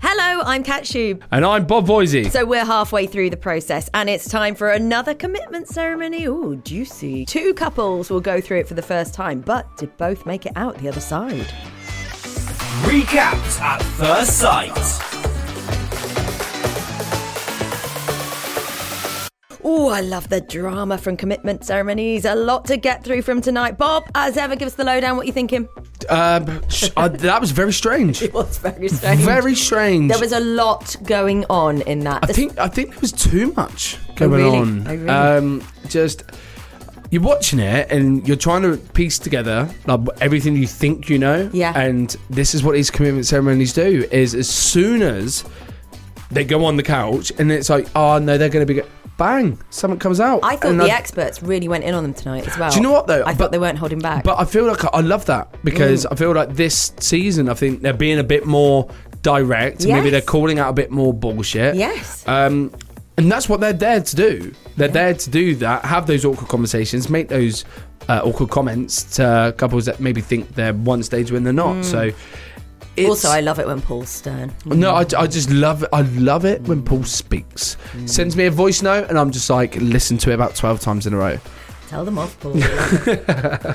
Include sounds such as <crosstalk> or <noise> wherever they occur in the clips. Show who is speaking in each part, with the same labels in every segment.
Speaker 1: Hello, I'm Kat Shube.
Speaker 2: And I'm Bob Voisey.
Speaker 1: So we're halfway through the process and it's time for another commitment ceremony. Ooh, juicy. Two couples will go through it for the first time, but did both make it out the other side?
Speaker 3: Recapped at first sight.
Speaker 1: Ooh, I love the drama from commitment ceremonies. A lot to get through from tonight. Bob, as ever, give us the lowdown. What you
Speaker 2: <laughs>
Speaker 1: thinking?
Speaker 2: um, sh- I- that was very strange.
Speaker 1: What's very strange.
Speaker 2: Very strange.
Speaker 1: There was a lot going on in that.
Speaker 2: I think I think there was too much going
Speaker 1: really?
Speaker 2: on.
Speaker 1: Oh, really?
Speaker 2: Um, just you're watching it and you're trying to piece together like everything you think you know.
Speaker 1: Yeah.
Speaker 2: And this is what these commitment ceremonies do: is as soon as they go on the couch and it's like, oh no, they're going to be go- bang, something comes out.
Speaker 1: I thought
Speaker 2: And
Speaker 1: the experts really went in on them tonight as well.
Speaker 2: Do you know what, though?
Speaker 1: I
Speaker 2: But-
Speaker 1: thought they weren't holding back.
Speaker 2: But I feel like I love that because
Speaker 1: Mm.
Speaker 2: I feel like this season, I think they're being a bit more direct. and Maybe
Speaker 1: Yes.
Speaker 2: they're calling out a bit more bullshit.
Speaker 1: Yes.
Speaker 2: Um, and that's what they're there to do. They're there to do that, have those awkward conversations, make those uh, awkward comments to couples that maybe think they're one stage when they're not. So. It's,
Speaker 1: Mm. also, I love it when Paul's stern.
Speaker 2: no, I, I just love it. I love it when
Speaker 1: Mm.
Speaker 2: Paul speaks. Sends me a voice note, and I'm just like, listen to it about 12 times in a row.
Speaker 1: Tell them off, Paul. <laughs>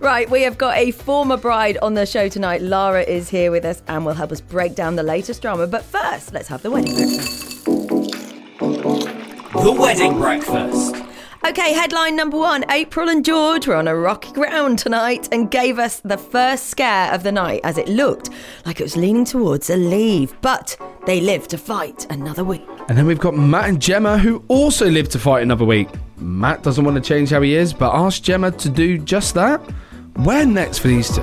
Speaker 1: right, we have got a former bride on the show tonight. Lara is here with us and will help us break down the latest drama. But first, let's have the wedding breakfast.
Speaker 3: The wedding breakfast.
Speaker 1: Okay, headline number one April and George were on a rocky ground tonight and gave us the first scare of the night as it looked like it was leaning towards a leave. But they live to fight another week.
Speaker 2: And then we've got Matt and Gemma, who also live to fight another week. Matt doesn't want to change how he is, but asked Gemma to do just that. Where next for these two?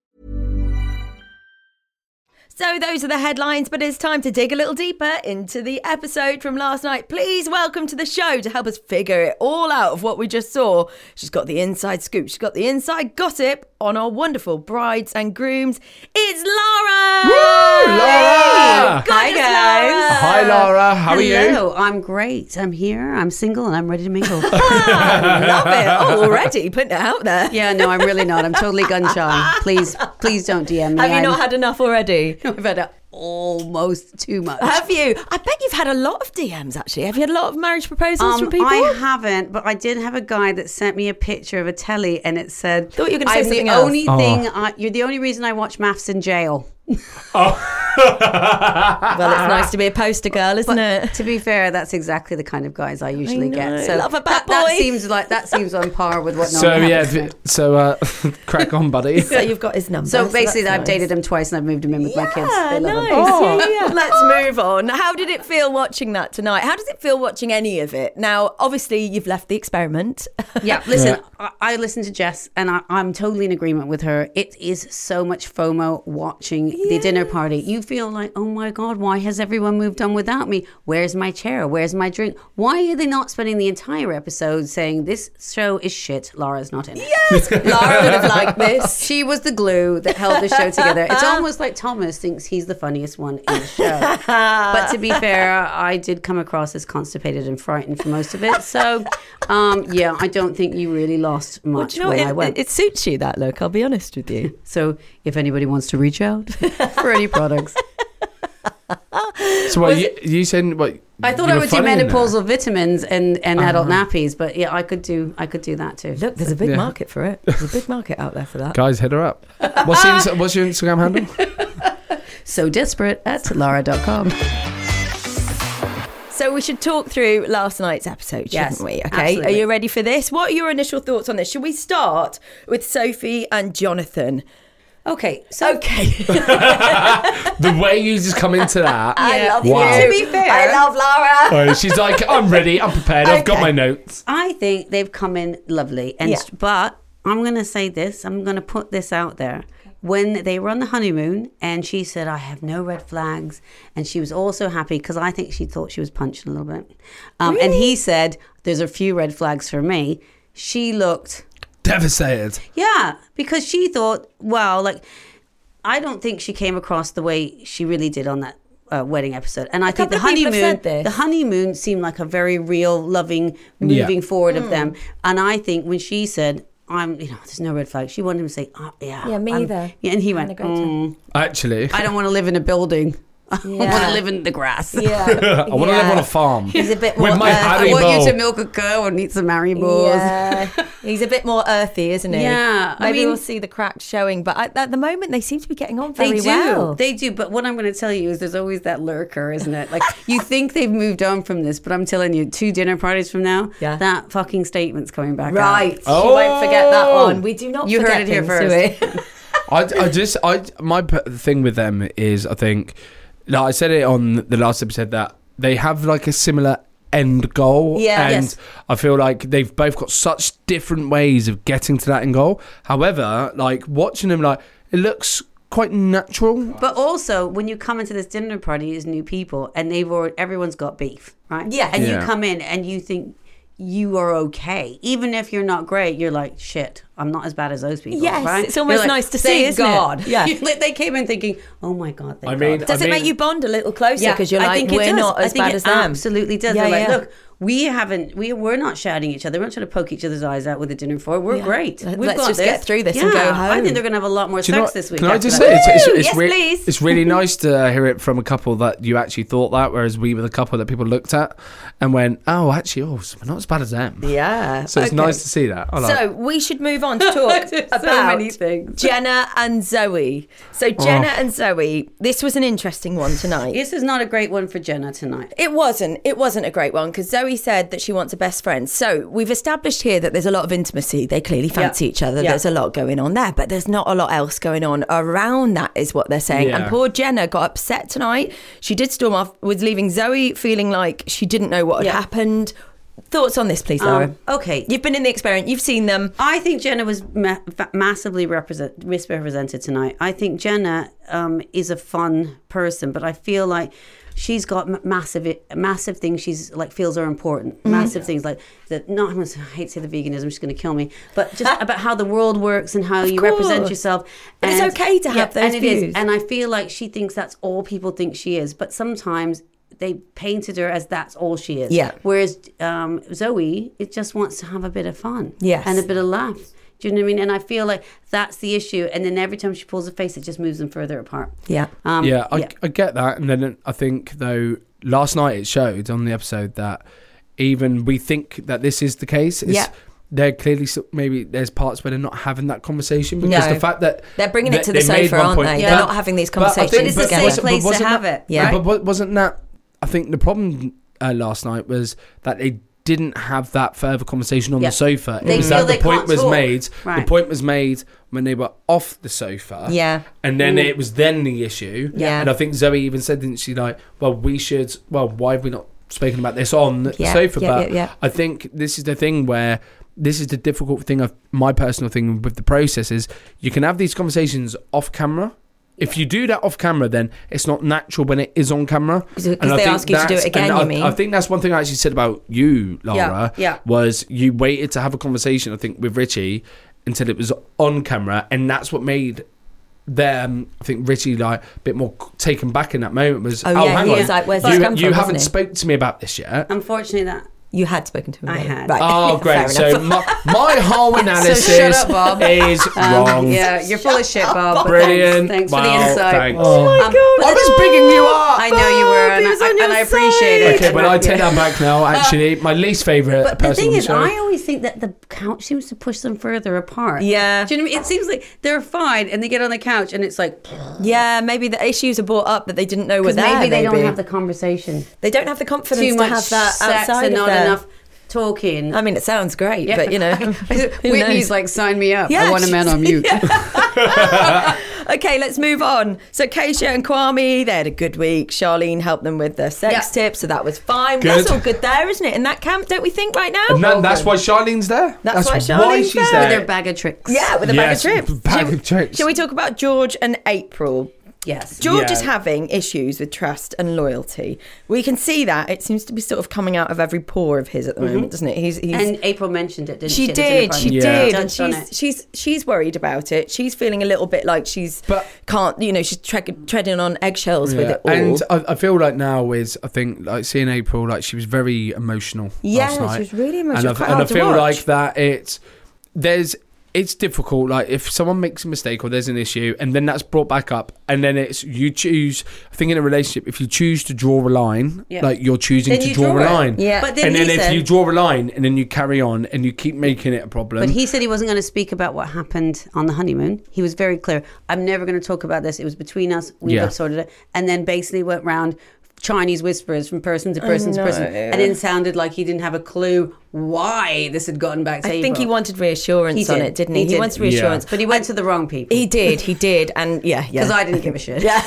Speaker 1: So those are the headlines, but it's time to dig a little deeper into the episode from last night. Please welcome to the show to help us figure it all out of what we just saw. She's got the inside scoop, she's got the inside gossip on our wonderful brides and grooms. It's Lara!
Speaker 2: Woo, Lara!
Speaker 1: Hi
Speaker 4: guys.
Speaker 2: Hi, Lara. How are you?
Speaker 4: Uh, Hello, I'm great. I'm here. I'm single and I'm ready
Speaker 1: <laughs>
Speaker 4: to mingle.
Speaker 1: I love it. Oh, already putting it out there.
Speaker 4: yeah, no, I'm really not. I'm totally gun shy. Please, please don't DM me.
Speaker 1: Have you
Speaker 4: I'm,
Speaker 1: not had enough already?
Speaker 4: <laughs> I've had a- almost too much.
Speaker 1: Have you? I bet you've had a lot of DMs actually. Have you had a lot of marriage proposals from people?
Speaker 4: Um, I haven't, but I did have a guy that sent me a picture of a telly, and it said,
Speaker 1: Thought you were gonna say
Speaker 4: "I'm
Speaker 1: something
Speaker 4: the
Speaker 1: else."
Speaker 2: Oh.
Speaker 4: only thing. I, you're the only reason I watch maths in jail."
Speaker 1: well, it's nice to be a poster girl, isn't it?
Speaker 4: To be fair, that's exactly the kind of guys I usually
Speaker 1: know.
Speaker 4: get. So
Speaker 1: Love a bad
Speaker 4: that, that
Speaker 1: boy.
Speaker 4: seems like that seems on par with what.
Speaker 2: so
Speaker 4: normally
Speaker 2: yeah, th-
Speaker 4: happens.
Speaker 2: so uh, <laughs> crack on,
Speaker 4: <laughs>
Speaker 2: buddy.
Speaker 1: So you've got his number.
Speaker 4: So basically,
Speaker 1: that's
Speaker 4: I've
Speaker 1: nice.
Speaker 4: dated him twice, and I've moved him in with my kids.
Speaker 1: Yeah,
Speaker 4: They love
Speaker 1: nice.
Speaker 4: him.
Speaker 1: Yeah, yeah, yeah. Oh. <laughs> Let's move on. How did it feel watching that tonight? How does it feel watching any of it? Now, obviously, you've left the experiment. <laughs>
Speaker 4: <laughs> Yeah, listen, I, I listened to Jess and I, I'm totally in agreement with her. It is so much FOMO watching the dinner party. You feel like, oh my God, why has everyone moved on without me? Where's my chair? Where's my drink? Why are they not spending the entire episode saying this show is shit? Lara's not in it.
Speaker 1: Yes, Lara would have liked this.
Speaker 4: She was the glue that held the show together. <laughs> It's almost like Thomas thinks he's the funniest one in the show. <laughs> but to be fair, I did come across as constipated and frightened for most of it. So, um, yeah, I don't think you really lost much
Speaker 1: Do you know,
Speaker 4: when I
Speaker 1: what?
Speaker 4: went.
Speaker 1: it, it suits you that look. I'll be honest with you.
Speaker 4: so, if anybody wants to reach <laughs> out for any products,
Speaker 2: so what, you, you saying what?
Speaker 4: I thought
Speaker 2: you
Speaker 4: I
Speaker 2: were
Speaker 4: would do
Speaker 2: funny in there?
Speaker 4: menopausal vitamins and, and adult nappies, but yeah, I could do I could do that too.
Speaker 1: Look, there's a big market for it. There's a big market out there for that.
Speaker 2: Guys, hit her up. What's, your ins- what's your Instagram handle?
Speaker 4: <laughs> So desperate at Lara.com.
Speaker 1: So we should talk through last night's episode,
Speaker 4: Yes,
Speaker 1: shouldn't we? Okay.
Speaker 4: absolutely.
Speaker 1: Are you ready for this? What are your initial thoughts on this? Should we start with Sophie and Jonathan?
Speaker 4: Okay, so
Speaker 1: Okay.
Speaker 2: the way you just come into that.
Speaker 1: I love
Speaker 2: Wow.
Speaker 1: you.
Speaker 2: To
Speaker 4: be fair-
Speaker 1: I love Lara.
Speaker 2: <laughs> Oh, she's like, I'm ready. I'm prepared. I've got
Speaker 4: Okay.
Speaker 2: my notes.
Speaker 4: I think they've come in lovely, and
Speaker 1: Yeah.
Speaker 4: but I'm going to say this, I'm going to put this out there. When they were on the honeymoon, and she said, I have no red flags. And she was also happy because I think she thought she was punching a little bit. Um, And he said, There's a few red flags for me. She looked,
Speaker 2: Devastated.
Speaker 4: yeah, because she thought, Well, like, I don't think she came across the way she really did on that. Uh, wedding episode, and I think the
Speaker 1: couple of people have
Speaker 4: honeymoon,
Speaker 1: said this.
Speaker 4: the honeymoon seemed like a very real, loving, moving forward
Speaker 5: Hmm.
Speaker 4: of them. And I think when she said, "I'm," you know, there's no red flag. She wanted him to say, oh, "Yeah,
Speaker 5: Yeah, me
Speaker 4: I'm-
Speaker 5: either.
Speaker 4: Yeah, and he went,
Speaker 5: a great time.
Speaker 2: <laughs>
Speaker 4: "Mm,
Speaker 2: Actually,
Speaker 4: "I don't want to live in a building. <laughs> I want
Speaker 5: Yeah.
Speaker 4: to live in the grass."
Speaker 5: Yeah.
Speaker 2: I want to live on a farm.
Speaker 1: He's a bit
Speaker 2: With
Speaker 1: more.
Speaker 2: my
Speaker 1: earth-
Speaker 2: hat-
Speaker 4: <laughs> I
Speaker 2: Harry
Speaker 4: want
Speaker 2: Bowl.
Speaker 4: uh, you to milk a cow and eat some marigolds.
Speaker 5: Yeah.
Speaker 1: He's a bit more earthy, isn't he?
Speaker 4: Yeah, I
Speaker 1: Maybe
Speaker 4: mean-
Speaker 1: we'll see the cracks showing, but at, at the moment they seem to be getting on very
Speaker 4: They do.
Speaker 1: well.
Speaker 4: They do. But what I'm going to tell you is there's always that lurker, isn't it? Like, <laughs> you think they've moved on from this, but I'm telling you, two dinner parties from now,
Speaker 1: Yeah.
Speaker 4: that fucking statement's coming back. out.
Speaker 1: right.
Speaker 2: Oh.
Speaker 1: She won't forget that one. We do not
Speaker 4: You
Speaker 1: forget
Speaker 4: heard it here
Speaker 1: things, do
Speaker 4: <laughs>
Speaker 1: we?
Speaker 2: I, I just I my p- thing with them is I think like I said it on the last episode that they have like a similar end goal
Speaker 1: Yeah.
Speaker 2: and
Speaker 1: Yes.
Speaker 2: I feel like they've both got such different ways of getting to that end goal however like watching them like it looks quite natural
Speaker 4: But also, when you come into this dinner party as new people, and they've already, everyone's got beef, right?
Speaker 1: Yes.
Speaker 4: And
Speaker 2: Yeah.
Speaker 4: you come in and you think you are okay, even if you're not great. You're like, shit, I'm not as bad as those people.
Speaker 1: Yes,
Speaker 4: right?
Speaker 1: it's almost
Speaker 4: You're
Speaker 1: nice to see,
Speaker 4: "Thank
Speaker 1: isn't it?"
Speaker 4: God.
Speaker 1: Yeah.
Speaker 4: <laughs> Like, they came in thinking, oh my god. Thank
Speaker 2: I mean
Speaker 4: God.
Speaker 1: Does
Speaker 2: I
Speaker 1: it make
Speaker 2: mean-
Speaker 1: you bond a little closer because you're like, we're not as
Speaker 4: I think
Speaker 1: bad
Speaker 4: it
Speaker 1: as them?
Speaker 4: Absolutely does.
Speaker 1: Yeah,
Speaker 4: They're like,
Speaker 1: yeah.
Speaker 4: look. We haven't. We we're not shouting at each other. We're not trying to poke each other's eyes out with a dinner fork. We're
Speaker 1: Yeah.
Speaker 4: great.
Speaker 1: Let-
Speaker 4: We've
Speaker 1: let's
Speaker 4: got
Speaker 1: just
Speaker 4: this.
Speaker 1: get through this and go
Speaker 4: Yeah. I
Speaker 1: home.
Speaker 4: think they're going to have a lot more
Speaker 2: Do you know
Speaker 4: sex
Speaker 2: what-
Speaker 4: this week.
Speaker 2: Can I
Speaker 4: after
Speaker 2: just
Speaker 4: that.
Speaker 2: say it's, it's, it's,
Speaker 1: Yes,
Speaker 2: rea-
Speaker 1: please.
Speaker 2: it's really <laughs> nice to hear it from a couple that you actually thought that, whereas we were the couple that people looked at and went, "Oh, actually, oh, so we're not as bad as them."
Speaker 1: Yeah.
Speaker 2: So it's
Speaker 1: Okay.
Speaker 2: nice to see that. I like
Speaker 1: So we should move
Speaker 4: <laughs>
Speaker 1: on to talk
Speaker 4: There's so
Speaker 1: about
Speaker 4: many things. Oh.
Speaker 1: Jenna and Zoe. So Jenna and Zoe, this was an interesting one tonight.
Speaker 4: This is not a great one for Jenna tonight.
Speaker 1: It wasn't. It wasn't a great one because Zoe said that she wants a best friend. So we've established here that there's a lot of intimacy. They clearly fancy each other.
Speaker 4: Yeah.
Speaker 1: There's a lot going on there, but there's not a lot else going on around that, is what they're saying.
Speaker 2: Yeah.
Speaker 1: And poor Jenna got upset tonight. She did storm off, was leaving Zoe feeling like she didn't know what had
Speaker 4: Yeah.
Speaker 1: happened. Thoughts on this, please, Laura?
Speaker 4: Um, okay.
Speaker 1: You've been in the experience. You've seen them.
Speaker 4: I think Jenna was ma- fa- massively represent- misrepresented tonight. I think Jenna um, is a fun person, but I feel like she's got m- massive, massive things. She's like feels are important.
Speaker 1: Mm-hmm.
Speaker 4: Massive things like that. Not I hate to say the veganism. She's going to kill me, but
Speaker 1: <laughs>
Speaker 4: just about how the world works and how you represent
Speaker 1: course.
Speaker 4: yourself.
Speaker 1: But it's okay to have those
Speaker 4: and it is.
Speaker 1: views.
Speaker 4: And I feel like she thinks that's all people think she is, but sometimes. They painted her as that's all she is.
Speaker 1: Yeah.
Speaker 4: Whereas um, Zoe, it just wants to have a bit of fun.
Speaker 1: Yes.
Speaker 4: And a bit of laugh. Do you know what I mean? And I feel like that's the issue. And then every time she pulls a face, it just moves them further apart.
Speaker 1: Yeah.
Speaker 4: Um,
Speaker 2: yeah, I, I get that. And then I think, though, last night it showed on the episode that even we think that this is the case. It's,
Speaker 1: Yeah.
Speaker 2: They're clearly s- maybe there's parts where they're not having that conversation because
Speaker 1: No.
Speaker 2: the fact that
Speaker 1: They're bringing it
Speaker 2: they-
Speaker 1: to the
Speaker 2: they made
Speaker 1: sofa,
Speaker 2: one
Speaker 1: aren't
Speaker 2: point-
Speaker 1: they?
Speaker 4: They're not
Speaker 1: having these
Speaker 2: but I think-
Speaker 1: conversations
Speaker 4: But it's the
Speaker 2: wasn't-
Speaker 4: same place to
Speaker 2: wasn't
Speaker 4: have
Speaker 2: that-
Speaker 4: it, Yeah. right?
Speaker 2: But wa- wasn't that? I think the problem uh, last night was that they didn't have that further conversation on
Speaker 4: Yeah.
Speaker 2: the sofa. It
Speaker 4: They
Speaker 2: was
Speaker 4: feel
Speaker 2: that the
Speaker 4: they
Speaker 2: point
Speaker 4: can't
Speaker 2: was
Speaker 4: talk.
Speaker 2: made. The
Speaker 4: Right.
Speaker 2: point was made when they were off the sofa.
Speaker 1: Yeah.
Speaker 2: And then it was then the issue.
Speaker 1: Mm. Yeah.
Speaker 2: And I think Zoe even said, didn't she, like, well, we should, well, why have we not spoken about this on the
Speaker 1: Yeah,
Speaker 2: sofa?
Speaker 1: yeah,
Speaker 2: but
Speaker 1: yeah, yeah.
Speaker 2: I think this is the thing where this is the difficult thing of my personal thing with the process is you can have these conversations off camera. If you do that off camera, then it's not natural when it is on camera.
Speaker 1: 'Cause- 'cause
Speaker 2: And I
Speaker 1: they
Speaker 2: think
Speaker 1: ask you to do
Speaker 2: that's-
Speaker 1: it again,
Speaker 2: and
Speaker 1: you
Speaker 2: I,
Speaker 1: mean?
Speaker 2: I think that's one thing I actually said about you, Laura.
Speaker 4: yeah.
Speaker 2: Was you waited to have a conversation? I think with Richie until it was on camera, and that's what made them. um, I think Richie like a bit more taken back in that moment. Was
Speaker 1: Oh,
Speaker 2: oh,
Speaker 1: yeah,
Speaker 2: hang
Speaker 1: he
Speaker 2: on,
Speaker 1: was like, "Where's
Speaker 2: you,
Speaker 1: this come
Speaker 2: you
Speaker 1: from?"
Speaker 2: haven't
Speaker 1: wasn't he?
Speaker 2: spoke to me about this yet.
Speaker 4: Unfortunately, that.
Speaker 1: You had spoken to him.
Speaker 4: I
Speaker 1: about it.
Speaker 4: had.
Speaker 1: Right. <laughs>
Speaker 2: Oh,
Speaker 1: Fair
Speaker 2: great. So
Speaker 1: enough.
Speaker 2: my,
Speaker 1: <laughs>
Speaker 2: my whole analysis
Speaker 4: up, Bob.
Speaker 2: is
Speaker 1: Um,
Speaker 2: wrong.
Speaker 4: um, Yeah, you're full of shit, Bob.
Speaker 2: Brilliant.
Speaker 4: Thanks, thanks for
Speaker 2: Wow,
Speaker 4: the insight.
Speaker 2: thanks. Oh my
Speaker 1: God.
Speaker 4: Um,
Speaker 2: I was bigging you up.
Speaker 4: I know you were, and,
Speaker 1: Bob, he was
Speaker 4: I,
Speaker 1: on your
Speaker 4: and I appreciate
Speaker 1: side.
Speaker 4: it.
Speaker 2: Okay, but I take that
Speaker 1: <laughs>
Speaker 2: back now. Actually, my least favorite
Speaker 4: But the
Speaker 2: person
Speaker 4: thing
Speaker 2: on the
Speaker 4: is,
Speaker 2: show.
Speaker 4: I always think that the couch seems to push them further apart.
Speaker 1: Yeah.
Speaker 4: Do you know what I mean? It seems like they're fine and they get on the couch and it's like,
Speaker 1: Yeah, maybe the issues are brought up that they didn't know were
Speaker 4: because
Speaker 1: there.
Speaker 4: maybe they don't have the conversation.
Speaker 1: they don't have the confidence
Speaker 4: Too much
Speaker 1: to have that
Speaker 4: sex
Speaker 1: outside
Speaker 4: and
Speaker 1: of
Speaker 4: not
Speaker 1: their-
Speaker 4: enough talking.
Speaker 1: I mean, it sounds great,
Speaker 4: <laughs>
Speaker 1: but you know, <laughs> who knows?
Speaker 4: Whitney's like, sign me up.
Speaker 1: Yeah,
Speaker 4: I want a man
Speaker 1: she's-
Speaker 4: on mute.
Speaker 1: <laughs> Okay, let's move on. So Keisha and Kwame, they had a good week. Charlene helped them with their sex
Speaker 4: Yeah.
Speaker 1: tips, so that was fine.
Speaker 2: Good.
Speaker 1: That's all good there, isn't it? In that camp, don't we think right now?
Speaker 2: And that, that's why Charlene's there.
Speaker 1: That's why Charlene's
Speaker 2: she's
Speaker 1: there.
Speaker 2: there.
Speaker 4: With their bag of tricks.
Speaker 1: yeah, with a
Speaker 2: Yes,
Speaker 1: bag of trips.
Speaker 2: bag
Speaker 1: Shall-
Speaker 2: of tricks.
Speaker 1: Shall we talk about George and April?
Speaker 4: Yes.
Speaker 1: George is
Speaker 2: Yeah.
Speaker 1: having issues with trust and loyalty. We can see that. It seems to be sort of coming out of every pore of his at
Speaker 2: Mm-hmm.
Speaker 1: the moment, doesn't it? He's, he's
Speaker 4: And April mentioned it, didn't she?
Speaker 1: she
Speaker 4: It was in the
Speaker 1: did, she
Speaker 4: party.
Speaker 2: Yeah.
Speaker 1: did, and
Speaker 4: Judged on
Speaker 1: she's
Speaker 4: it.
Speaker 1: she's she's worried about it. She's feeling a little bit like she's
Speaker 2: But-
Speaker 1: can't, you know, she's tre- treading on eggshells with
Speaker 2: Yeah,
Speaker 1: it all.
Speaker 2: And I, I feel like now is I think like seeing April like she was very emotional.
Speaker 1: Yeah,
Speaker 2: last
Speaker 1: she
Speaker 2: night.
Speaker 1: was really emotional.
Speaker 2: And I,
Speaker 1: Quite
Speaker 2: and I
Speaker 1: hard to
Speaker 2: feel
Speaker 1: watch.
Speaker 2: like that it's there's it's difficult. Like if someone makes a mistake or there's an issue, and then that's brought back up, and then it's you choose. I think in a relationship, if you choose to draw a line,
Speaker 4: Yeah.
Speaker 2: like you're choosing
Speaker 4: Then
Speaker 2: to
Speaker 4: you
Speaker 2: draw,
Speaker 4: draw
Speaker 2: a
Speaker 4: it.
Speaker 2: line.
Speaker 1: Yeah.
Speaker 4: But then
Speaker 2: and
Speaker 4: he
Speaker 2: then if
Speaker 4: said-
Speaker 2: you draw a line, and then you carry on, and you keep making it a problem.
Speaker 4: But he said he wasn't going to speak about what happened on the honeymoon. He was very clear. I'm never going to talk about this. It was between us. We
Speaker 2: Yeah.
Speaker 4: both sorted it. And then basically went round Chinese whispers from person to person to person.
Speaker 1: know.
Speaker 4: And then sounded like he didn't have a clue why this had gotten back to
Speaker 1: I think
Speaker 4: April.
Speaker 1: he wanted reassurance
Speaker 4: He
Speaker 1: on
Speaker 4: did.
Speaker 1: it, didn't he? He,
Speaker 4: He did.
Speaker 1: wants reassurance,
Speaker 4: But he went to the wrong people.
Speaker 1: He did, he did, and yeah, yeah.
Speaker 4: <laughs> Because I didn't give a
Speaker 1: <laughs>
Speaker 4: shit.
Speaker 1: yeah.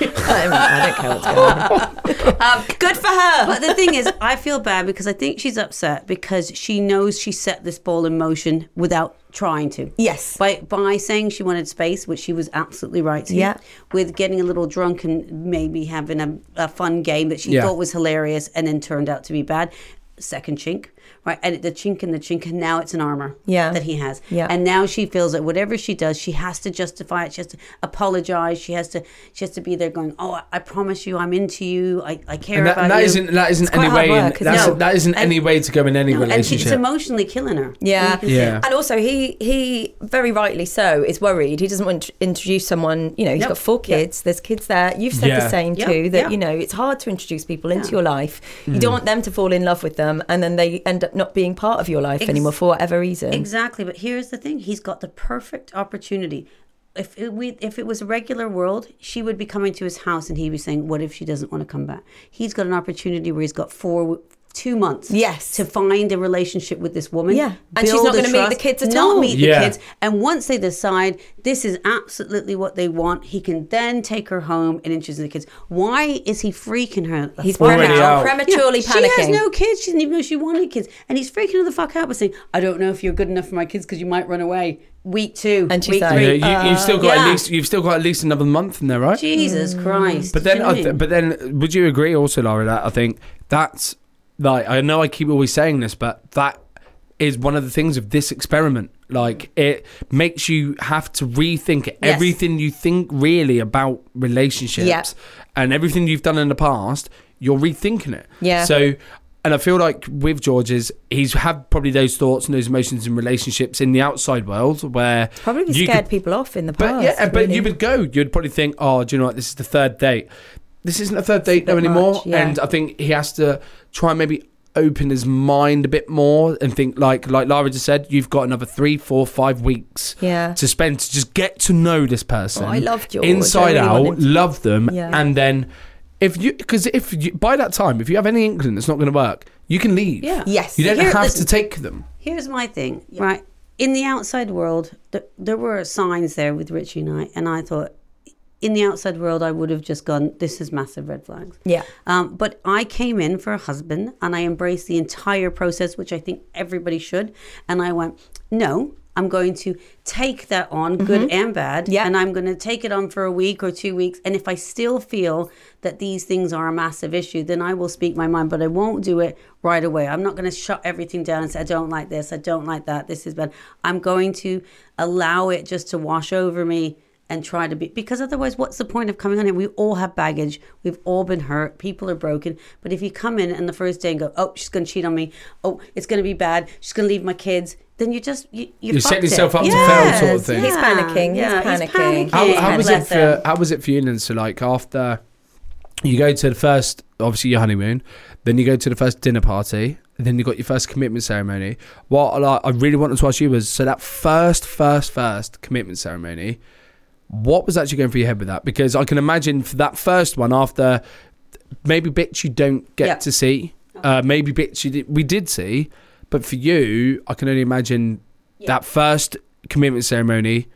Speaker 1: Um, I don't care what's going on. <laughs>
Speaker 4: Um,
Speaker 1: Good for her.
Speaker 4: But the thing is, I feel bad because I think she's upset because she knows she set this ball in motion without trying to.
Speaker 1: Yes.
Speaker 4: By by saying she wanted space, which she was absolutely right to.
Speaker 1: Yeah.
Speaker 4: With getting a little drunk and maybe having a, a fun game that she
Speaker 2: Yeah.
Speaker 4: thought was hilarious and then turned out to be bad. Second chink. Right. And the chink and the chink and now it's an armor
Speaker 1: Yeah.
Speaker 4: that he has.
Speaker 1: Yeah.
Speaker 4: And now she feels that whatever she does, she has to justify it. She has to apologize. She has to she has to be there going, Oh, I, I promise you I'm into you. I, I care
Speaker 2: and that,
Speaker 4: about
Speaker 2: and that
Speaker 4: you.
Speaker 2: isn't that isn't
Speaker 1: quite
Speaker 2: any
Speaker 1: hard
Speaker 2: way. in-
Speaker 1: work, isn't
Speaker 2: that's-
Speaker 1: it? No.
Speaker 2: That isn't
Speaker 4: And-
Speaker 2: any way to go in any
Speaker 4: No, and she's
Speaker 2: relationship.
Speaker 4: emotionally killing her.
Speaker 1: Yeah.
Speaker 2: Yeah.
Speaker 1: And also, he he very rightly so is worried. He doesn't want to introduce someone. You know, he's
Speaker 4: Yep.
Speaker 1: got four
Speaker 4: Yeah.
Speaker 1: kids. There's kids there. You've said the
Speaker 2: Yeah.
Speaker 1: same
Speaker 4: Yeah.
Speaker 1: too. That
Speaker 4: Yeah.
Speaker 1: you know, it's hard to introduce people into
Speaker 4: Yeah.
Speaker 1: your life. You
Speaker 2: Hmm.
Speaker 1: don't want them to fall in love with them, and then they end up not being part of your life
Speaker 4: Ex-
Speaker 1: anymore for whatever reason.
Speaker 4: Exactly, but here's the thing: he's got the perfect opportunity. If it, we, if it was a regular world, she would be coming to his house, and he'd be saying, "What if she doesn't want to come back?" He's got an opportunity where he's got four, two months,
Speaker 1: Yes.
Speaker 4: to find a relationship with this woman.
Speaker 1: Yeah. And she's
Speaker 4: build
Speaker 1: not
Speaker 4: a
Speaker 1: gonna meet the
Speaker 4: trust,
Speaker 1: kids at
Speaker 4: not
Speaker 1: all.
Speaker 4: meet
Speaker 2: Yeah.
Speaker 4: the kids, and once they decide this is absolutely what they want, he can then take her home and introduce the kids. Why is he freaking her? the
Speaker 1: He's
Speaker 4: fuck
Speaker 2: Already
Speaker 1: premature-
Speaker 2: out.
Speaker 1: prematurely
Speaker 4: yeah,
Speaker 1: panicking.
Speaker 4: She has no kids. She didn't even know she wanted kids. And he's freaking her the fuck out by saying, I don't know if you're good enough for my kids because you might run away. Week two.
Speaker 1: And she's
Speaker 4: week
Speaker 1: like,
Speaker 2: Yeah,
Speaker 4: three.
Speaker 2: you, you've still got at
Speaker 4: yeah.
Speaker 2: least you've still got at least another month in there, right?
Speaker 4: Jesus Christ.
Speaker 2: But
Speaker 4: Do you
Speaker 2: then,
Speaker 4: know what
Speaker 2: I
Speaker 4: I
Speaker 2: th-
Speaker 4: mean?
Speaker 2: but then, would you agree also, Laura? That I think that's like I know I keep always saying this, but that is one of the things of this experiment. Like it makes you have to rethink it.
Speaker 4: Yes.
Speaker 2: everything you think really about relationships
Speaker 1: Yeah.
Speaker 2: and everything you've done in the past. You're rethinking it.
Speaker 1: Yeah.
Speaker 2: So. And I feel like with George is he's had probably those thoughts and those emotions and relationships in the outside world where
Speaker 1: Probably
Speaker 2: you could
Speaker 1: scared people off in the past.
Speaker 2: but yeah, but
Speaker 1: really.
Speaker 2: you would go. You'd probably think, oh, do you know what? This is the third date. This isn't a third date though
Speaker 1: bit
Speaker 2: anymore.
Speaker 1: much, yeah.
Speaker 2: And I think he has to try and maybe open his mind a bit more and think like like Lara just said, you've got another three, four, five weeks
Speaker 1: Yeah. Oh,
Speaker 2: to spend to just get to know this person.
Speaker 1: I love George. I
Speaker 2: Inside
Speaker 1: really want him
Speaker 2: out,
Speaker 1: to-
Speaker 2: love them,
Speaker 1: Yeah.
Speaker 2: and then if you because if you, by that time, if you have any inkling that's not going to work, you can leave.
Speaker 4: Yeah.
Speaker 1: Yes.
Speaker 2: you don't
Speaker 4: Here-
Speaker 2: have
Speaker 4: listen.
Speaker 2: to take them.
Speaker 4: Here's my thing, right? In the outside world, th- there were signs there with Richie and I, and I thought, in the outside world, I would have just gone, this is massive red flags.
Speaker 1: Yeah.
Speaker 4: Um, but I came in for a husband and I embraced the entire process, which I think everybody should. And I went, no, I'm going to take that on, good and bad.
Speaker 1: Mm-hmm. Yeah.
Speaker 4: And I'm going to take it on for a week or two weeks. And if I still feel that these things are a massive issue, then I will speak my mind, but I won't do it right away. I'm not going to shut everything down and say, I don't like this, I don't like that, this is bad. I'm going to allow it just to wash over me and try to be because otherwise what's the point of coming on here we all have baggage we've all been hurt people are broken but if you come in and the first day and go oh she's going to cheat on me oh it's going to be bad she's going to leave my kids then you just you, you
Speaker 2: You set
Speaker 4: fucked it.
Speaker 2: yourself up to fail sort of thing.
Speaker 1: He's panicking, he's panicking.
Speaker 2: How,
Speaker 1: Yeah,
Speaker 2: how was it
Speaker 4: Bless him.
Speaker 2: for how was it for you then? So like after you go to the first obviously your honeymoon, then you go to the first dinner party, then you got your first commitment ceremony. What I like, I really wanted to ask you was so that first, first, first commitment ceremony, what was actually going through your head with that? Because I can imagine for that first one after maybe bits you don't get
Speaker 4: Yeah.
Speaker 2: to see, uh, maybe bits you did, we did see, but for you, I can only imagine that first commitment ceremony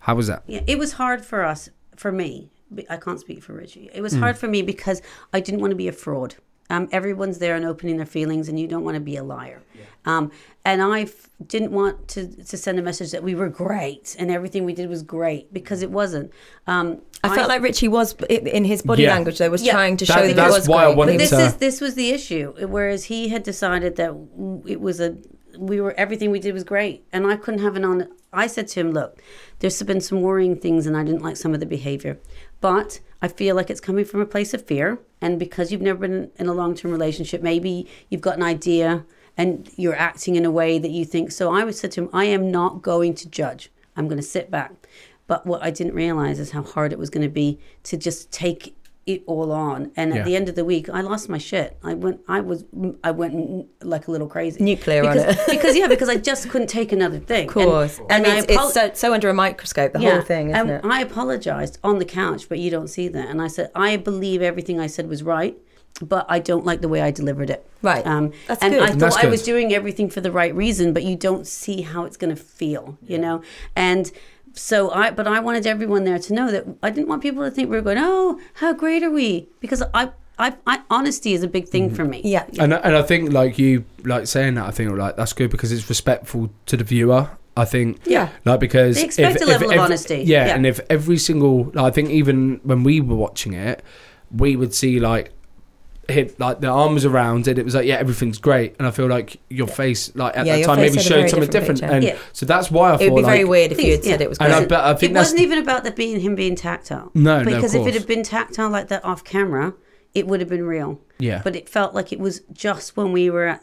Speaker 2: How was that?
Speaker 4: Yeah, it was hard for us, for me. but I can't speak for Richie. It was
Speaker 2: Hmm.
Speaker 4: hard for me because I didn't want to be a fraud. Um, everyone's there and opening their feelings, and you don't want to be a liar. Um, and I f- didn't want to, to send a message that we were great and everything we did was great because it wasn't. Um,
Speaker 1: I felt like Richie was in in his body
Speaker 2: Yeah.
Speaker 1: language though was
Speaker 4: Yeah.
Speaker 1: trying to
Speaker 2: That-
Speaker 1: show that,
Speaker 2: that's
Speaker 1: he was
Speaker 2: why I
Speaker 1: great.
Speaker 2: wanted
Speaker 1: but
Speaker 4: this
Speaker 2: to-
Speaker 4: is this was the issue whereas he had decided that w- it was a we were everything we did was great and i couldn't have an on i said to him look there's been some worrying things and i didn't like some of the behavior but i feel like it's coming from a place of fear and because you've never been in a long-term relationship maybe you've got an idea and you're acting in a way that you think so i would say to him i am not going to judge i'm going to sit back but what i didn't realize is how hard it was going to be to just take it all on and
Speaker 2: Yeah.
Speaker 4: at the end of the week i lost my shit i went i was i went like a little crazy
Speaker 1: Nuclear on
Speaker 4: because,
Speaker 1: it. <laughs>
Speaker 4: because yeah because i just couldn't take another thing
Speaker 1: of course. I mean, it's, it's so, so under a microscope, the whole thing, isn't
Speaker 4: and
Speaker 1: it?
Speaker 4: I apologized on the couch, but you don't see that. And I said, I believe everything I said was right, but I don't like the way I delivered it.
Speaker 1: Right.
Speaker 4: Um,
Speaker 1: That's
Speaker 4: and
Speaker 1: good.
Speaker 4: I thought
Speaker 2: That's
Speaker 4: I
Speaker 2: good.
Speaker 4: was doing everything for the right reason, but you don't see how it's going to feel, you know? And so I, but I wanted everyone there to know that I didn't want people to think we were going, oh, how great are we? Because I, I, I honesty is a big
Speaker 2: Mm-hmm.
Speaker 4: thing for me.
Speaker 1: yeah.
Speaker 2: And I- and I think like you like saying that I think like that's good because it's respectful to the viewer. I think
Speaker 1: Yeah.
Speaker 2: like because
Speaker 4: They expect a level of
Speaker 2: ev-
Speaker 4: honesty.
Speaker 2: Yeah,
Speaker 4: Yeah.
Speaker 2: and if every single I think even when we were watching it, we would see like hit like the arm was around it. It was like yeah, everything's great, and I feel like your face like at
Speaker 1: Yeah,
Speaker 2: that
Speaker 1: your
Speaker 2: time
Speaker 1: face
Speaker 2: maybe
Speaker 1: had a
Speaker 2: showed
Speaker 1: very
Speaker 2: something
Speaker 1: different
Speaker 2: different,
Speaker 1: picture.
Speaker 2: and
Speaker 4: Yeah.
Speaker 2: so that's why I
Speaker 1: It
Speaker 2: thought
Speaker 1: would be very
Speaker 2: like,
Speaker 1: weird if you had
Speaker 4: Things-
Speaker 1: said
Speaker 4: yeah.
Speaker 1: it was
Speaker 2: And I
Speaker 1: great.
Speaker 2: bet- I think
Speaker 4: it
Speaker 2: that's-
Speaker 4: wasn't even about that being him being tactile.
Speaker 2: No, no, of
Speaker 4: because if
Speaker 2: course.
Speaker 4: it had been tactile like that off camera, it would have been real.
Speaker 2: Yeah.
Speaker 4: but it felt like it was just when we were
Speaker 1: Do you